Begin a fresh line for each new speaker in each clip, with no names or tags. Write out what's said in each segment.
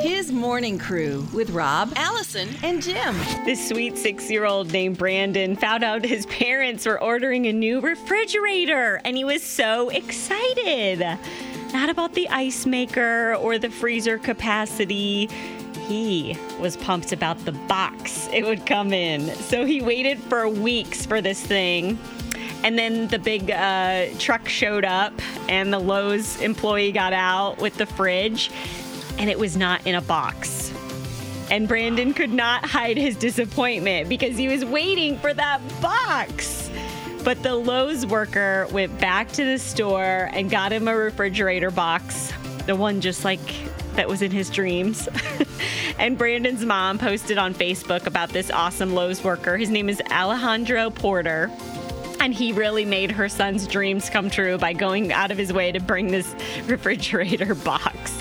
His morning crew with Rob, Allison, and Jim.
This sweet six year old named Brandon found out his parents were ordering a new refrigerator and he was so excited. Not about the ice maker or the freezer capacity. He was pumped about the box it would come in. So he waited for weeks for this thing. And then the big uh, truck showed up, and the Lowe's employee got out with the fridge, and it was not in a box. And Brandon could not hide his disappointment because he was waiting for that box. But the Lowe's worker went back to the store and got him a refrigerator box, the one just like that was in his dreams. and Brandon's mom posted on Facebook about this awesome Lowe's worker. His name is Alejandro Porter. And he really made her son's dreams come true by going out of his way to bring this refrigerator box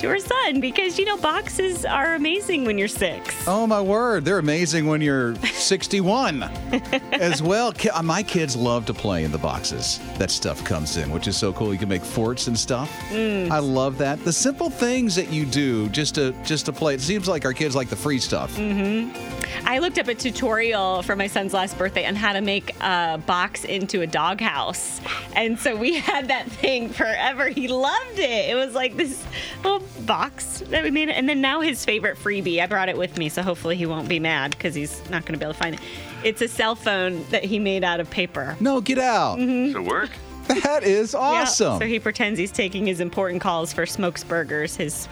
to her son because, you know, boxes are amazing when you're six.
Oh my word, they're amazing when you're 61 as well. Ki- uh, My kids love to play in the boxes that stuff comes in, which is so cool. You can make forts and stuff.
Mm.
I love that. The simple things that you do just to just to play. It seems like our kids like the free stuff.
Mm-hmm. I looked up a tutorial for my son's last birthday on how to make a box into a doghouse. And so we had that thing forever. He loved it. It was like this little box that we made. And then now his favorite freebie, I brought it with me, so hopefully he won't be mad because he's not going to be able to find it. It's a cell phone that he made out of paper.
No, get out.
Does it work?
That is
Mm-hmm. Yeah,
awesome.
so he pretends he's taking his important calls for Smokes Burgers, his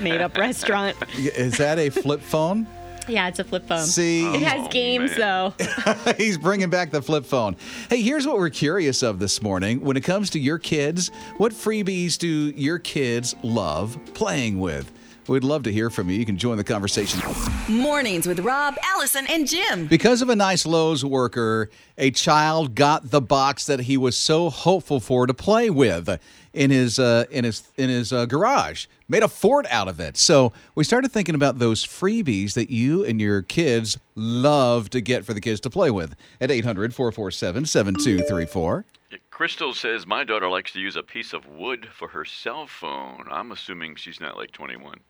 made up restaurant.
is that a flip phone?
Yeah, it's a flip phone.
See,
It has games,
man.
though.
He's bringing back the flip phone. Hey, here's what we're curious of this morning. When it comes to your kids, what freebies do your kids love playing with? We'd love to hear from you. You can join the conversation.
Mornings with Rob, Allison, and Jim.
Because of a nice Lowe's worker, a child got the box that he was so hopeful for to play with in his uh, in his in his uh, garage. Made a fort out of it. So we started thinking about those freebies that you and your kids love to get for the kids to play with at 800-447-7234.
Crystal says my daughter likes to use a piece of wood for her cell phone. I'm assuming she's not like 21.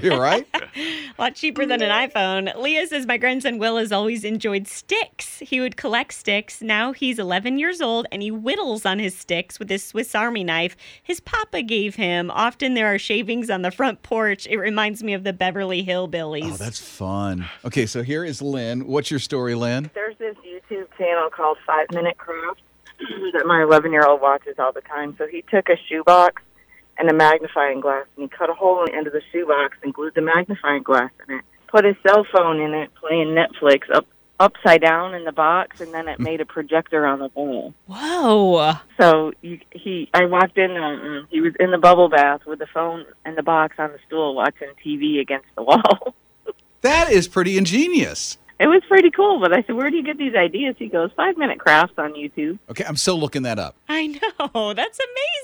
You're right.
A lot cheaper than an iPhone. Leah says, My grandson Will has always enjoyed sticks. He would collect sticks. Now he's 11 years old and he whittles on his sticks with his Swiss Army knife his papa gave him. Often there are shavings on the front porch. It reminds me of the Beverly Hillbillies.
Oh, that's fun. Okay, so here is Lynn. What's your story, Lynn?
there's this YouTube channel called Five Minute Crafts that my 11 year old watches all the time. So he took a shoebox and a magnifying glass and he cut a hole in the end of the shoebox and glued the magnifying glass in it. Put his cell phone in it, playing Netflix up upside down in the box, and then it made a projector on the wall.
Whoa.
So you, he, I walked in. Uh, uh, he was in the bubble bath with the phone and the box on the stool, watching TV against the wall.
That is pretty ingenious.
It was pretty cool, but I said, "Where do you get these ideas?" He goes, five minute crafts on YouTube."
Okay, I'm still looking that up.
I know. That's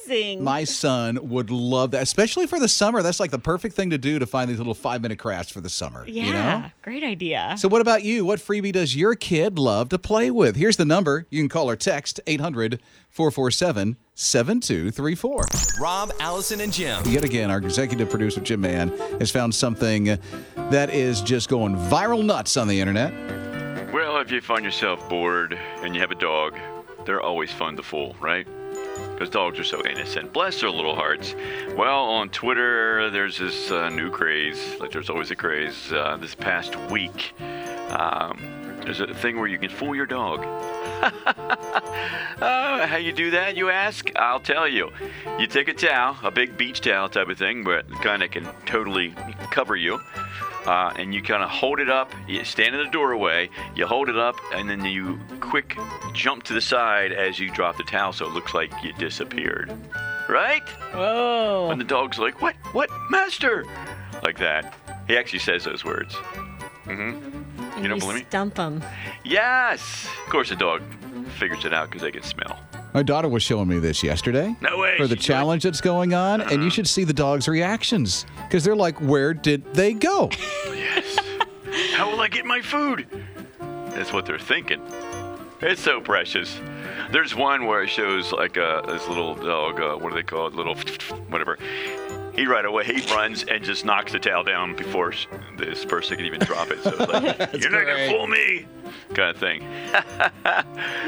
amazing.
My son would love that, especially for the summer. That's like the perfect thing to do to find these little five minute crafts for the summer.
yeah.
You know?
Great idea.
So, what about you? What freebie does your kid love to play with? Here's the number. You can call or text 800 447 7234.
Rob, Allison, and Jim.
Yet again, our executive producer, Jim Mann, has found something that is just going viral nuts on the internet.
Well, if you find yourself bored and you have a dog, they're always fun to fool, right? Because dogs are so innocent. Bless their little hearts. Well, on Twitter, there's this uh, new craze, like there's always a craze. Uh, this past week, um, there's a thing where you can fool your dog. Uh, how you do that, you ask? I'll tell you. You take a towel, a big beach towel type of thing, but kind of can totally cover you. Uh, and you kind of hold it up. You stand in the doorway. You hold it up, and then you quick jump to the side as you drop the towel, so it looks like you disappeared. Right?
Whoa.
And the dog's like, "What? What, master?" Like that. He actually says those words.
And
don't believe me?
Stump him.
Yes. Of course, the dog figures it out because they can smell.
My daughter was showing me this yesterday.
No way, "Uh-huh."
For the
she did.
challenge that's going on, and you should see the dogs' reactions because they're like, "Where did they go?"
How will I get my food? That's what they're thinking. It's so precious. There's one where it shows like uh, this little dog, uh, what do they call it? Little whatever. He right away he runs and just knocks the towel down before s- this person can even drop it. So it's like, you're not gonna
great.
fool me, kind of thing.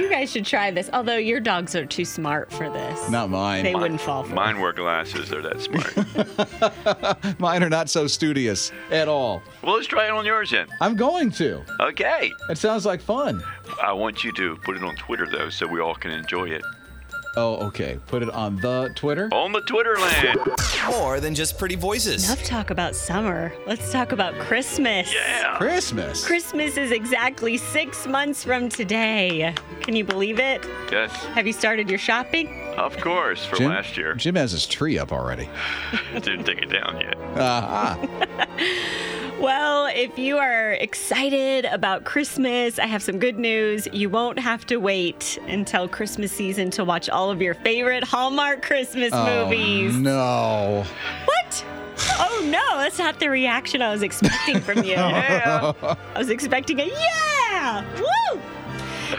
You guys should try this. Although your dogs are too smart for this.
Not mine.
They wouldn't fall for
Mine wear glasses; they're that smart.
Mine are not so studious at all.
well, let's try it on yours then.
I'm going to.
Okay.
It sounds like fun.
I want you to put it on Twitter though, so we all can enjoy it
Oh, okay. Put it on the Twitter.
on the Twitter land.
More than just pretty
it.
voices.
Enough talk about summer. Let's talk about Christmas.
Yeah.
Christmas.
Christmas is exactly six months from today. Can you believe it?
Yes,
Have you started your shopping?
of course. For last year,
Jim has his tree up already.
didn't take it down yet.
Uh-huh.
Well, if you are excited about Christmas, I have some good news. You won't have to wait until Christmas season to watch all of your favorite Hallmark Christmas
Oh,
movies.
No.
What? Oh no, that's not the reaction I was expecting from you.
Yeah.
I was expecting a yeah! Woo!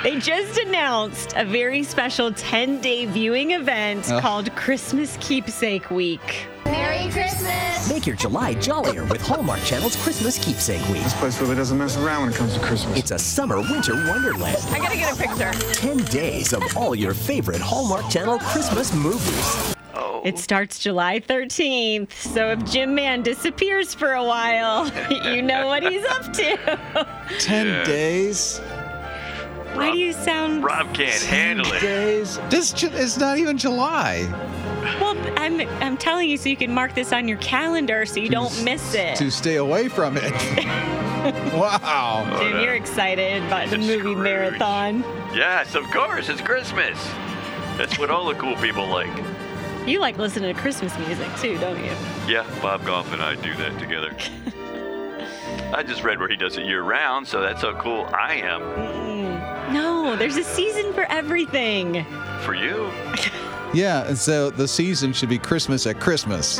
They just announced a very special 10 day viewing event called Christmas Keepsake Week.
Merry Christmas!
Make your July jollier with Hallmark Channel's Christmas Keepsake Week.
This place really doesn't mess around when it comes to Christmas.
It's a summer winter wonderland. I gotta get a picture. 10 days of all your favorite Hallmark Channel Christmas movies.
It starts July 13th, so if Jim Man disappears for a while, you know what he's up to.
Ten days?
Why do you sound.
Rob can't handle it.
Days? This ju- is not even July.
Well, I'm, I'm telling you so you can mark this on your calendar so you don't miss it.
To stay away from it. wow.
Jim, you're excited about the
It's
movie
Scrooge.
marathon.
Yes, of course. It's Christmas. That's what all the cool people like.
You like listening to Christmas music too, don't you?
Yeah, Bob Goff and I do that together. I just read where he does it year round, so that's how cool I am.
No, there's a season for everything.
For you,
Yeah, and so the season should be Christmas at Christmas.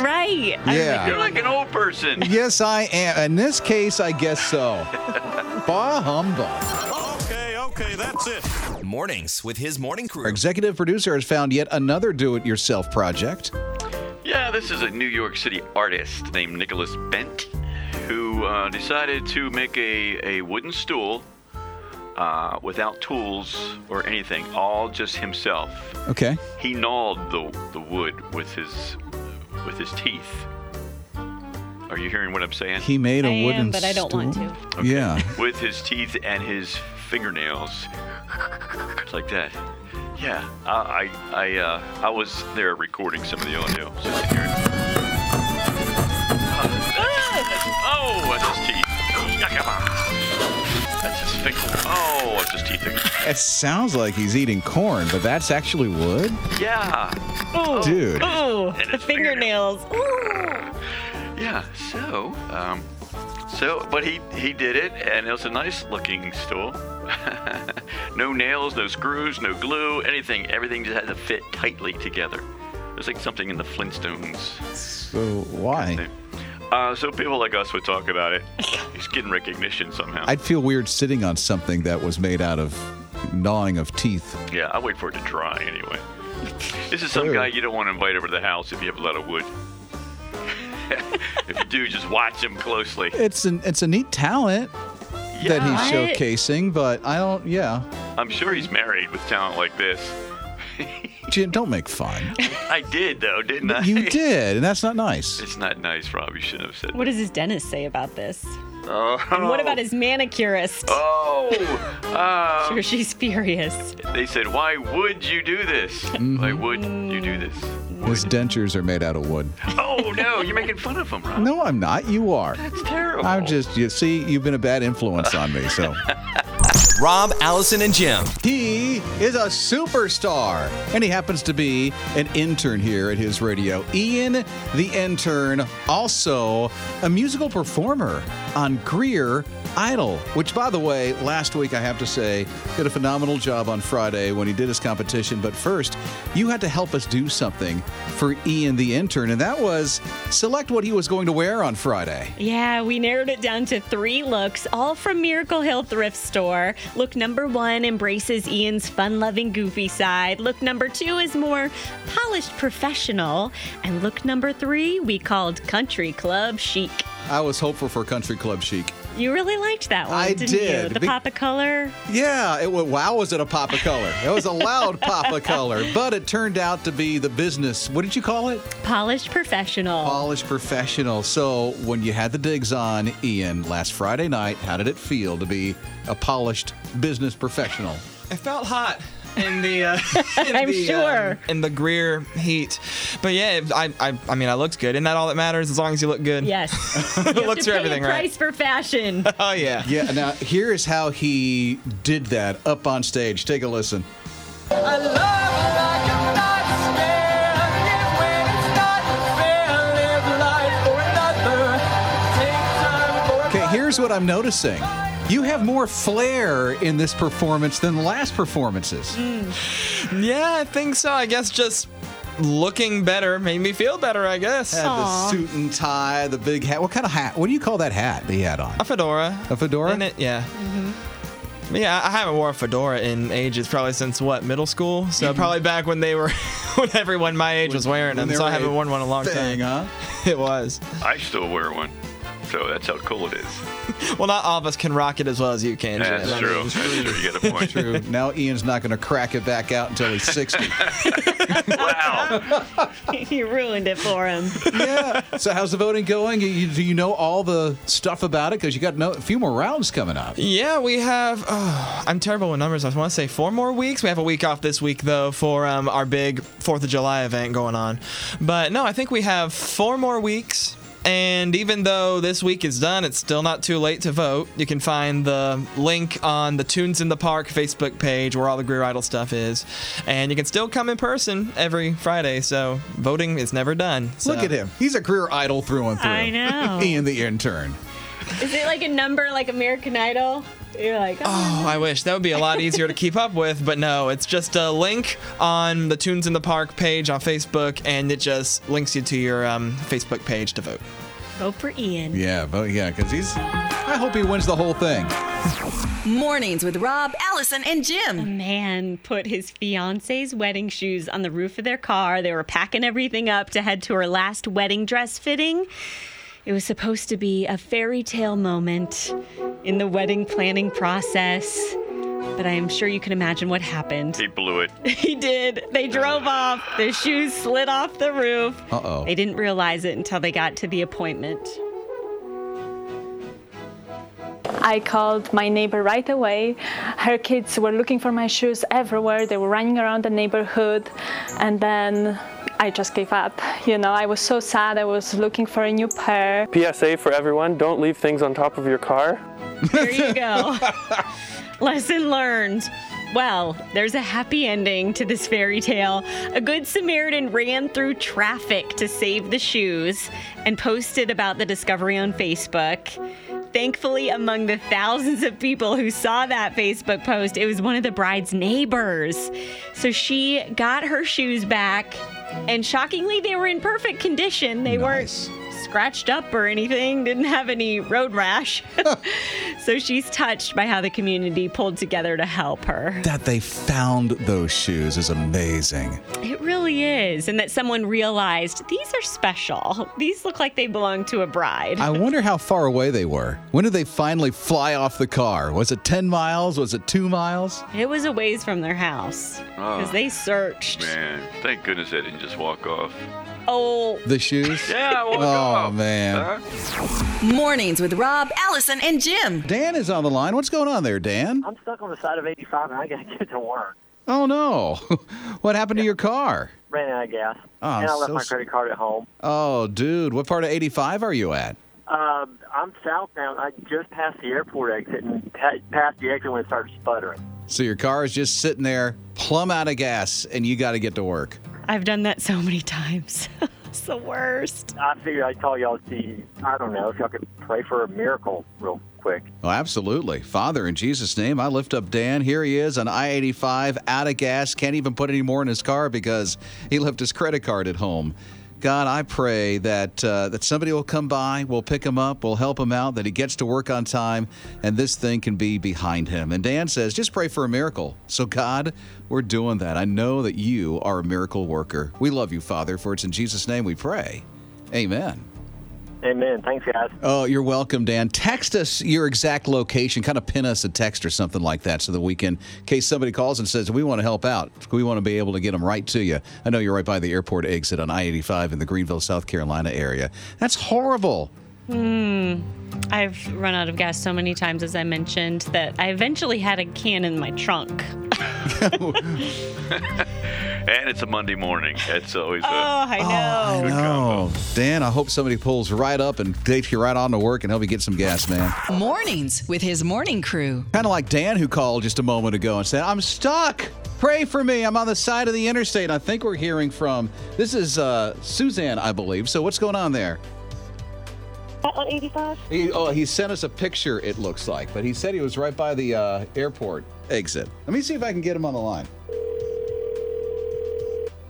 Right. I was
Yeah.
you're like an old person.
Yes, I am. In this case, I guess so. bah humbug.
Okay, okay, that's it. Mornings with his morning
Our
crew.
executive producer has found yet another do it yourself project.
Yeah, this is a New York City artist named Nicholas Bent who uh, decided to make a, a wooden stool uh, without tools or anything, all just himself.
Okay.
He gnawed the, the wood with his with his teeth. Are you hearing what I'm saying?
He made a
I am,
wooden
but I don't want
stool?
to.
Okay.
Yeah.
With his teeth and his fingernails, like that. Yeah, I I I, uh, I was there recording some of the audio. So you can hear it. oh, that's his teeth. Yucca. That's his finger. Oh, that's his teeth.
It sounds like he's eating corn, but that's actually wood?
Yeah.
Oh,
Dude.
Oh,
And
the
his fingernails.
fingernails. Ooh.
Yeah, so, um, so, but he he did it, and it was a nice looking stool. no nails, no screws, no glue, anything. Everything just had to fit tightly together. It was like something in the Flintstones.
So why?
Uh, so people like us would talk about it. He's getting recognition somehow.
I'd feel weird sitting on something that was made out of gnawing of teeth.
yeah, I wait for it to dry anyway. This is some
Ew.
guy you don't want to invite over to the house if you have a lot of wood. if you do, just watch him closely.
It's an it's a neat talent that
Yeah.
he's
What?
showcasing, but I don't yeah.
I'm sure he's married with talent like this.
Jim, don't make fun.
I did though, didn't I?
You did, and that's not nice.
It's not nice, Rob. You shouldn't have said.
What does his dentist say about this?
Oh.
And what about his manicurist?
Uh, Oh. Uh,
Sure, she's furious.
they said, "Why would you do this? Why would you do this?"
His dentures are made out of wood.
Oh no, you're making fun of him, Rob.
No, I'm not. You are.
It's terrible.
I'm just you see, you've been a bad influence on me, so
Rob, Allison, and Jim.
He is a superstar, and he happens to be an intern here at his radio. Ian, the intern, also a musical performer on Greer Idol, which, by the way, last week I have to say did a phenomenal job on Friday when he did his competition. But first, you had to help us do something for Ian, the intern, and that was select what he was going to wear on Friday.
Yeah, we narrowed it down to three looks, all from Miracle Hill Thrift Store. Look number one embraces Ian's fun loving, goofy side. Look number two is more polished professional. And look number three, we called Country Club Chic.
I was hopeful for Country Club Chic.
You really liked that one,
I
didn't you?
did,
The
be-
pop of color.
Yeah, it wa- wow, was it a pop of color? It was a loud pop of color, but it turned out to be the business. What did you call it?
Polished professional.
Polished professional. So when you had the digs on, Ian, last Friday night, how did it feel to be a polished business professional?
It felt hot in the. Uh, in
I'm
the,
sure.
um, in the Greer heat, but yeah, it- I, I I mean, I looked good. Isn't that all that matters? As long as you look good.
Yes.
it
You have
looks
to
for
pay
everything
a
right.
price for fashion.
Oh yeah.
Yeah, now here is how he did that up on stage. Take a listen. Okay, here's what I'm noticing. You have more flair in this performance than the last performances.
Yeah, I think so. I guess just looking better made me feel better. I guess.
Had the suit and tie, the big hat. What kind of hat? What do you call that hat that he had on?
A fedora.
A fedora? Mm-hmm.
In it, yeah. Yeah, I haven't worn a fedora in ages, probably since what middle school. So probably back when they were, when everyone my age was wearing
When
them.
they
So I
were
haven't worn one in a long
thing,
time.
huh?
It was.
I still wear one, so that's how cool it is.
Well, not all of us can rock it as well as you can. Jen.
That's
I
true.
mean,
That's true. You got a point.
True. Now Ian's not going to crack it back out until he's 60.
Wow.
you ruined it for him.
yeah. So how's the voting going? You- you- do you know all the stuff about it? Because you got no, a few more rounds coming up.
Yeah, we have. Oh, I'm terrible with numbers. I want to say four more weeks. We have a week off this week though for um, our big Fourth of July event going on. But no, I think we have four more weeks. And even though this week is done, it's still not too late to vote. You can find the link on the Tunes in the Park Facebook page where all the Greer Idol stuff is. And you can still come in person every Friday, so voting is never done. So.
Look at him. He's a career idol through and through.
I know.
Ian the intern.
Is it like a number like American Idol? You're like, oh,
Oh, I wish that would be a lot easier to keep up with, but no, it's just a link on the Tunes in the Park page on Facebook, and it just links you to your um, Facebook page to vote.
vote for Ian.
Yeah, but yeah, because he's. I hope he wins the whole thing.
Mornings with Rob, Allison, and Jim.
Man put his fiance's wedding shoes on the roof of their car. They were packing everything up to head to her last wedding dress fitting. It was supposed to be a fairy tale moment in the wedding planning process, but I am sure you can imagine what happened.
He blew it.
He did. They drove off. Their shoes slid off the roof.
Uh-oh.
They didn't realize it until they got to the appointment.
I called my neighbor right away. Her kids were looking for my shoes everywhere. They were running around the neighborhood. And then I just gave up. You know, I was so sad. I was looking for a new pair.
PSA for everyone don't leave things on top of your car.
There you go. Lesson learned. Well, there's a happy ending to this fairy tale. A good Samaritan ran through traffic to save the shoes and posted about the discovery on Facebook. Thankfully, among the thousands of people who saw that Facebook post, it was one of the bride's neighbors. So she got her shoes back, and shockingly, they were in perfect condition. They
Nice.
weren't scratched up or anything, didn't have any road rash. so she's touched by how the community pulled together to help her.
That they found those shoes is amazing.
It really is. And that someone realized these are special. These look like they belong to a bride.
I wonder how far away they were. When did they finally fly off the car? Was it 10 miles? Was it two miles?
it was a ways from their house because they searched.
Man, thank goodness I didn't just walk off.
Oh,
The shoes?
Yeah, I walked
Oh,
off.
man.
Huh?
Mornings with Rob, Allison, and Jim.
Dan is on the line. What's going on there, Dan?
I'm stuck on the side of 85 and I gotta get to work.
Oh, no. what happened to your car?
Ran out of gas.
Oh,
and I left
so
my
s-
credit card at home.
Oh, dude. What part of 85 are you at?
Um, I'm southbound. I just passed the airport exit and pa- passed the exit when it started sputtering.
So your car is just sitting there, plumb out of gas, and you got to get to work.
I've done that so many times. it's the worst.
I figured I'd call y'all to see, I don't know, if y'all could pray for a miracle real quick.
Oh, absolutely. Father, in Jesus' name, I lift up Dan. Here he is on I 85, out of gas, can't even put any more in his car because he left his credit card at home. God, I pray that uh, that somebody will come by, will pick him up, will help him out, that he gets to work on time, and this thing can be behind him. And Dan says, just pray for a miracle. So God, we're doing that. I know that you are a miracle worker. We love you, Father. For it's in Jesus' name we pray. Amen.
Amen. Thanks, guys.
Oh, you're welcome, Dan. Text us your exact location, kind of pin us a text or something like that so that we can, in case somebody calls and says, we want to help out, we want to be able to get them right to you. I know you're right by the airport exit on I 85 in the Greenville, South Carolina area. That's horrible.
Hmm. I've run out of gas so many times, as I mentioned, that I eventually had a can in my trunk.
and it's a Monday morning. It's always a,
Oh, I know.
No. Dan, I hope somebody pulls right up and takes you right on to work and help you get some gas, man.
Oh. Mornings with his morning crew.
Kind of like Dan, who called just a moment ago and said, I'm stuck. Pray for me. I'm on the side of the interstate. I think we're hearing from this is uh, Suzanne, I believe. So, what's going on there?
On 85?
He, oh, he sent us a picture, it looks like, but he said he was right by the uh, airport exit. Let me see if I can get him on the line.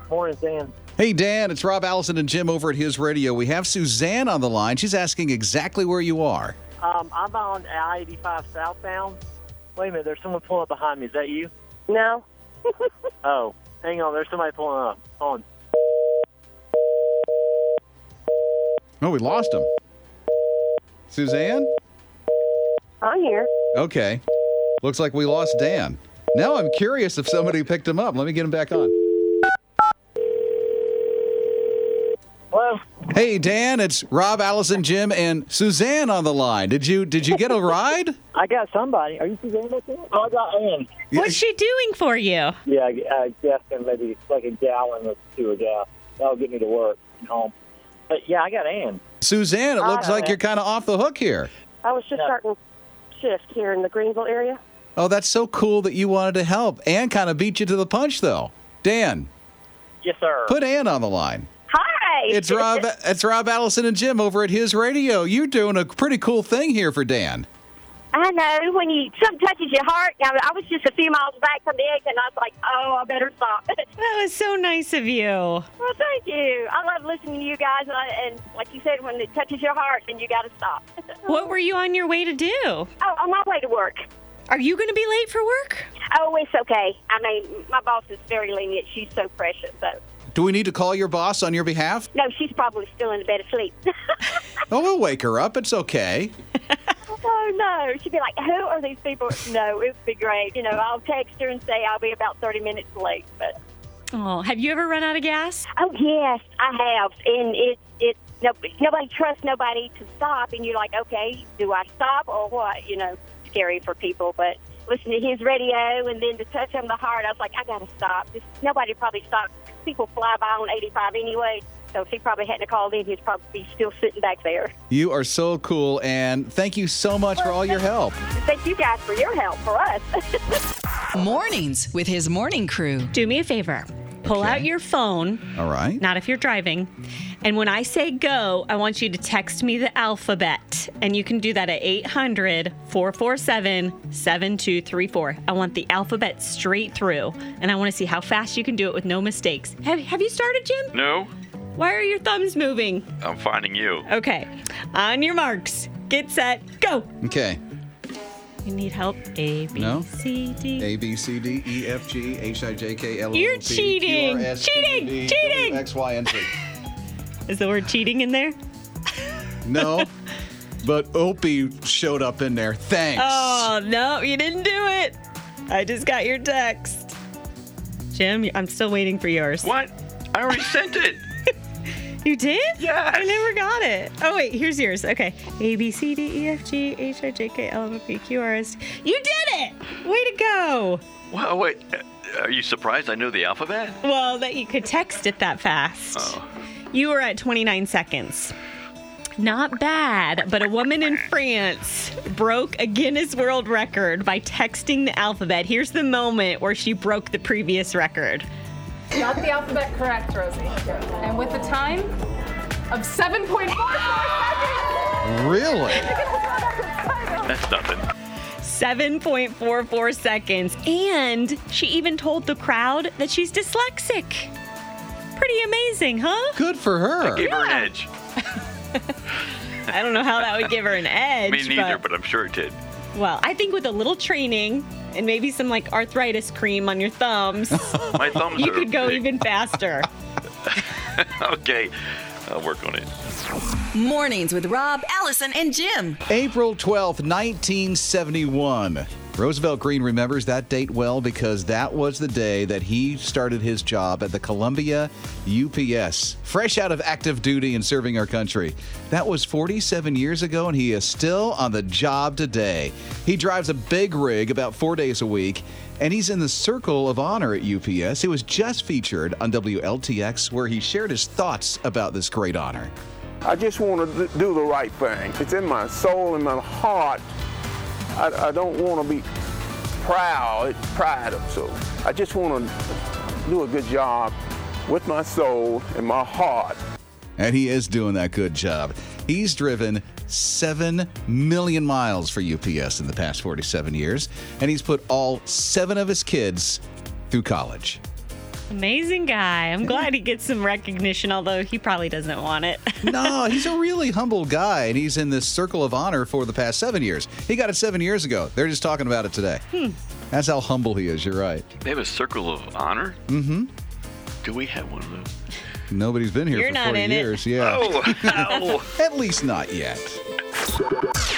Morning, Dan.
Hey, Dan, it's Rob Allison and Jim over at his radio. We have Suzanne on the line. She's asking exactly where you are.
Um, I'm on I-85 southbound. Wait a minute, there's someone pulling up behind me. Is that you?
No.
Oh, hang on, there's somebody pulling up. Hold on.
Oh, we lost him. Suzanne?
I'm here.
Okay. Looks like we lost Dan. Now I'm curious if somebody picked him up. Let me get him back on.
Hello?
Hey Dan, it's Rob, Allison, Jim, and Suzanne on the line. Did you did you get a ride?
I got somebody. Are you Suzanne back there? Oh, I got Ann.
What's she doing for you?
Yeah, I, I guess and maybe like a gallon or two of gas. That'll get me to work and home. But yeah, I got Ann.
Suzanne, it looks like you're kind of off the hook here.
I was just starting shift here in the Greenville area.
Oh, that's so cool that you wanted to help. Ann kind of beat you to the punch though. Dan,
Yes, sir.
put Ann on the line.
Hi.
It's Rob. It's Rob Allison and Jim over at his radio. You're doing a pretty cool thing here for Dan.
I know when you something touches your heart. Now I was just a few miles back from the exit, and I was like, "Oh, I better stop."
That was so nice of you.
well, thank you. I love listening to you guys, and, I, and like you said, when it touches your heart, then you got to stop.
What were you on your way to do?
oh, on my way to work.
Are you going to be late for work?
Oh, it's okay. I mean, my boss is very lenient. She's so precious. So
Do we need to call your boss on your behalf?
no, she's probably still in a bed asleep.
Oh, we'll wake her up. It's okay.
oh no, she'd be like, "Who are these people?" No, it would be great. You know, I'll text her and say I'll be about thirty minutes late, but.
Oh, have you ever run out of gas?
Oh yes, I have, and it it no, nobody trusts nobody to stop, and you're like, okay, do I stop or what? You know, scary for people, but listen to his radio, and then to touch on the heart, I was like, I gotta stop. Just, nobody probably stops. People fly by on 85 anyway, so if he probably hadn't called in, he'd probably be still sitting back there.
You are so cool, and thank you so much for all your help.
Thank you guys for your help for us.
Mornings with his morning crew.
Do me a favor. Pull out your phone,
All right.
not if you're driving. And when I say go, I want you to text me the alphabet. And you can do that at 800 447 7234. I want the alphabet straight through. And I want to see how fast you can do it with no mistakes. Have, have you started, Jim?
No,
Why are your thumbs moving?
I'm finding you.
Okay. On your marks, get set, go.
Okay.
You need help? A, B,
No.
C, D.
A B C D E F G H I J K L M N O P
You're cheating.
Q R S
Cheating.
T U V
Cheating.
W X Y and Z.
Is the word cheating in there?
No, but Opie showed up in there. Thanks.
Oh, no, you didn't do it. I just got your text. Jim, I'm still waiting for yours.
What? I already sent it.
You did?
Yes.
I never got it. Oh, wait, here's yours. Okay. A, B, C, D, E, F, G, H, I, J, K, L, M, N, P, Q, R, S. T. You did it! Way to go.
Wow, wait. uh, Are you surprised I know the alphabet?
Well, that you could text it that fast.
Oh.
You were at 29 seconds. Not bad, but a woman in France broke a Guinness World Record by texting the alphabet. Here's the moment where she broke the previous record.
Got the alphabet correct, Rosie. And with a time of 7.44 seconds.
Really?
That's nothing.
7.44 seconds. And she even told the crowd that she's dyslexic. Pretty amazing, huh?
Good for her.
That gave her an edge.
I don't know how that would give her an edge.
Me neither,
but-
but I'm sure it did.
well, I think with a little training and maybe some like arthritis cream on your thumbs,
My thumbs
you
are
could go
big.
even faster.
okay, I'll work on it.
Mornings with Rob, Allison, and Jim.
April 12th, 1971. Roosevelt Green remembers that date well because that was the day that he started his job at the Columbia UPS, fresh out of active duty and serving our country. That was 47 years ago, and he is still on the job today. He drives a big rig about four days a week, and he's in the circle of honor at UPS. He was just featured on WLTX, where he shared his thoughts about this great honor.
I just want to d- do the right thing. It's in my soul and my heart. I, I don't want to be proud, pride of so. I just want to do a good job with my soul and my heart.
And he is doing that good job. He's driven 7 million miles for UPS in the past 47 years, and he's put all seven of his kids through college.
Amazing guy. I'm glad he gets some recognition, although he probably doesn't want it.
No, he's a really humble guy, and he's in this circle of honor for the past seven years. He got it seven years ago. They're just talking about it today.
Hmm.
That's how humble he is. You're right.
They have a circle of honor.
Mm-hmm.
Do we have one of those?
Nobody's been here
You're
for
not
40
in it.
years. Yeah.
Oh, ow.
At least not yet.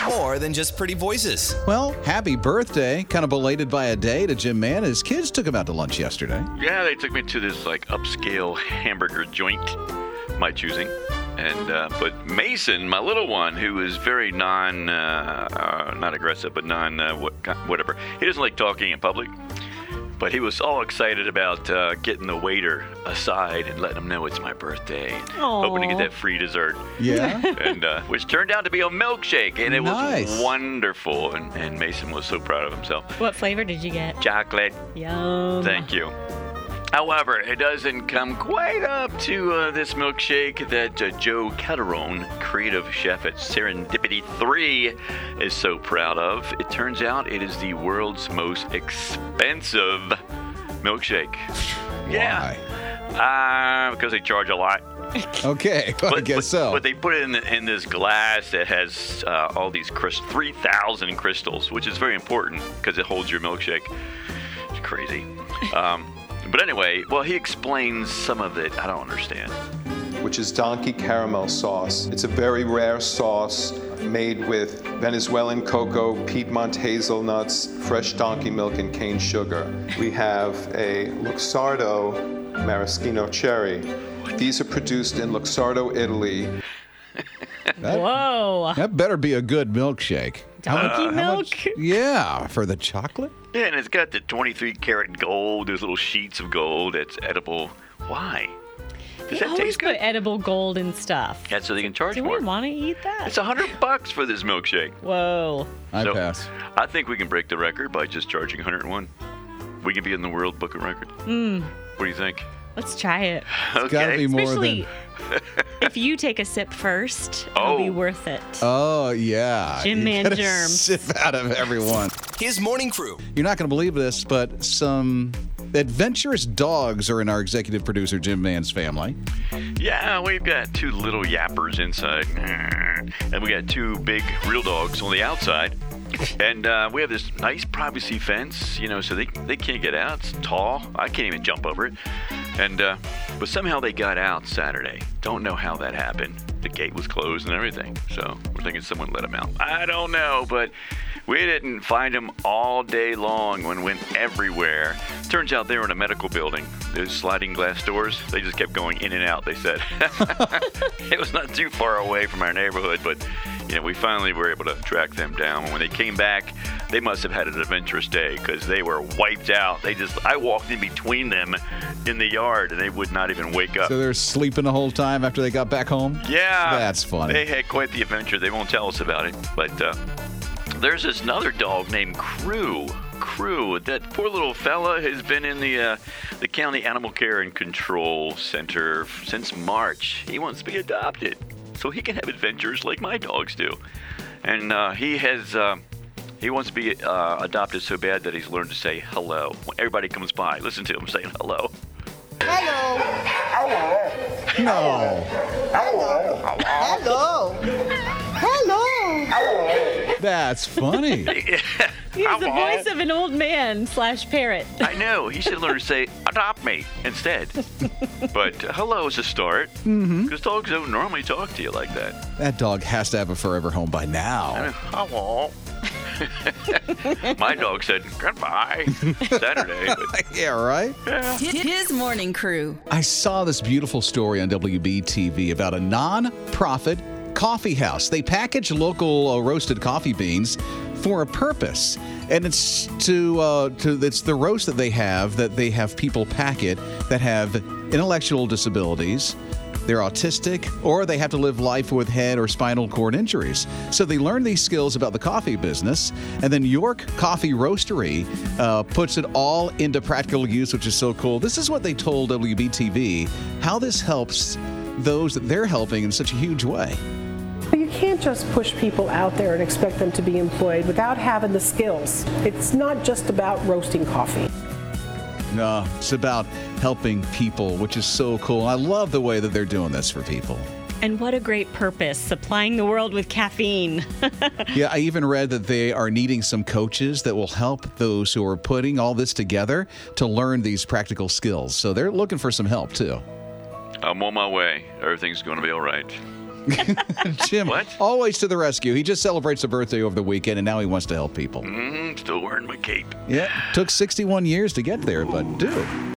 More than just pretty voices.
Well, happy birthday. Kind of belated by a day to Jim Mann. His kids took him out to lunch yesterday.
Yeah, they took me to this like upscale hamburger joint, my choosing. And uh, but Mason, my little one, who is very non, uh, uh, not aggressive, but non uh, what, whatever. He doesn't like talking in public. But he was all excited about uh, getting the waiter aside and letting him know it's my birthday, and hoping to
Aw.
get that free dessert.
Yeah.
and uh, which turned out to be a milkshake, and it
Nice.
was wonderful. And, and Mason was so proud of himself.
what flavor did you get?
Chocolate.
Yum.
Thank you. However, it doesn't come quite up to uh, this milkshake that uh, Joe Calderone, creative chef at Serendipity 3, is so proud of. It turns out it is the world's most expensive milkshake. Yeah. Uh, because they charge a lot.
Okay, I guess so.
But they put it in, the, in this glass that has uh, all these crystals, 3,000 crystals, which is very important because it holds your milkshake. It's crazy. Um, but anyway, well, he explains some of it. I don't understand.
which is donkey caramel sauce. It's a very rare sauce made with Venezuelan cocoa, Piedmont hazelnuts, fresh donkey milk, and cane sugar. We have a Luxardo maraschino cherry. These are produced in Luxardo, Italy.
Whoa.
That better be a good milkshake.
Donkey
milk? yeah, for the chocolate.
Yeah, and it's got the 23 karat gold, those little sheets of gold that's edible. Why?
They
Does that
always
taste
put
good?
edible gold and stuff.
Yeah, so they can charge
Do
more.
we want to eat that?
It's a 100 bucks for this milkshake.
Whoa.
I pass.
I think we can break the record by just charging 101. We can be in the World Book of Record.
Mm,
What do you think?
let's try it.
It's gotta Okay. be more
Especially if you take a sip first, it'll be worth it.
Oh, yeah.
Jim
You
Man
gotta
germs.
Sip out of everyone.
His morning crew.
You're not going to believe this, but some adventurous dogs are in our executive producer, Jim Mann's family.
Yeah, we've got two little yappers inside, and we got two big real dogs on the outside. And uh, we have this nice privacy fence, you know, so they, they can't get out. It's tall. I can't even jump over it. And uh, but somehow they got out Saturday. Don't know how that happened. The gate was closed and everything. So we're thinking someone let them out. I don't know, but we didn't find them all day long when went everywhere. Turns out they were in a medical building. Those sliding glass doors, they just kept going in and out, they said. it was not too far away from our neighborhood, but you know, we finally were able to track them down. When they came back, they must have had an adventurous day because they were wiped out. They just, I walked in between them in the yard and they would not even wake up.
So they're sleeping the whole time after they got back home?
Yeah.
That's funny.
They had quite the adventure. They won't tell us about it. But uh, there's this another dog named Crew. Crew, that poor little fella has been in the uh, the county animal care and control center f- since March. He wants to be adopted, so he can have adventures like my dogs do. And uh, he has uh, he wants to be uh, adopted so bad that he's learned to say hello when everybody comes by. Listen to him saying hello.
Hello.
No.
Hello. Hello. Hello.
That's funny.
He has the voice of an old man slash parrot.
I know. He should learn to say "adopt me" instead. but uh, hello is a start. Because
Mhm.
dogs don't normally talk to you like that.
That dog has to have a forever home by
I mean,
now.
hello. My dog said goodbye Saturday. But
yeah, right?
His morning crew.
I saw this beautiful story on WBTV about a non-profit coffee house. They package local uh, roasted coffee beans for a purpose, and it's to uh, to it's the roast that they have that they have people pack it that have intellectual disabilities. They're autistic, or they have to live life with head or spinal cord injuries. So they learn these skills about the coffee business, and then York Coffee Roastery uh, puts it all into practical use, which is so cool. This is what they told WBTV how this helps those that they're helping in such a huge way.
But you can't just push people out there and expect them to be employed without having the skills. It's not just about roasting coffee.
No, Uh, it's about helping people, which is so cool. I love the way that they're doing this for people.
And what a great purpose, supplying the world with caffeine.
Yeah, I even read that they are needing some coaches that will help those who are putting all this together to learn these practical skills. So they're looking for some help too.
I'm on my way. Everything's going to be all right.
Jim, always to the rescue. He just celebrates a birthday over the weekend and now he
Mm-hmm.
wants to help people.
Mm, still wearing my cape.
Yeah, took 61 years to get there, but do.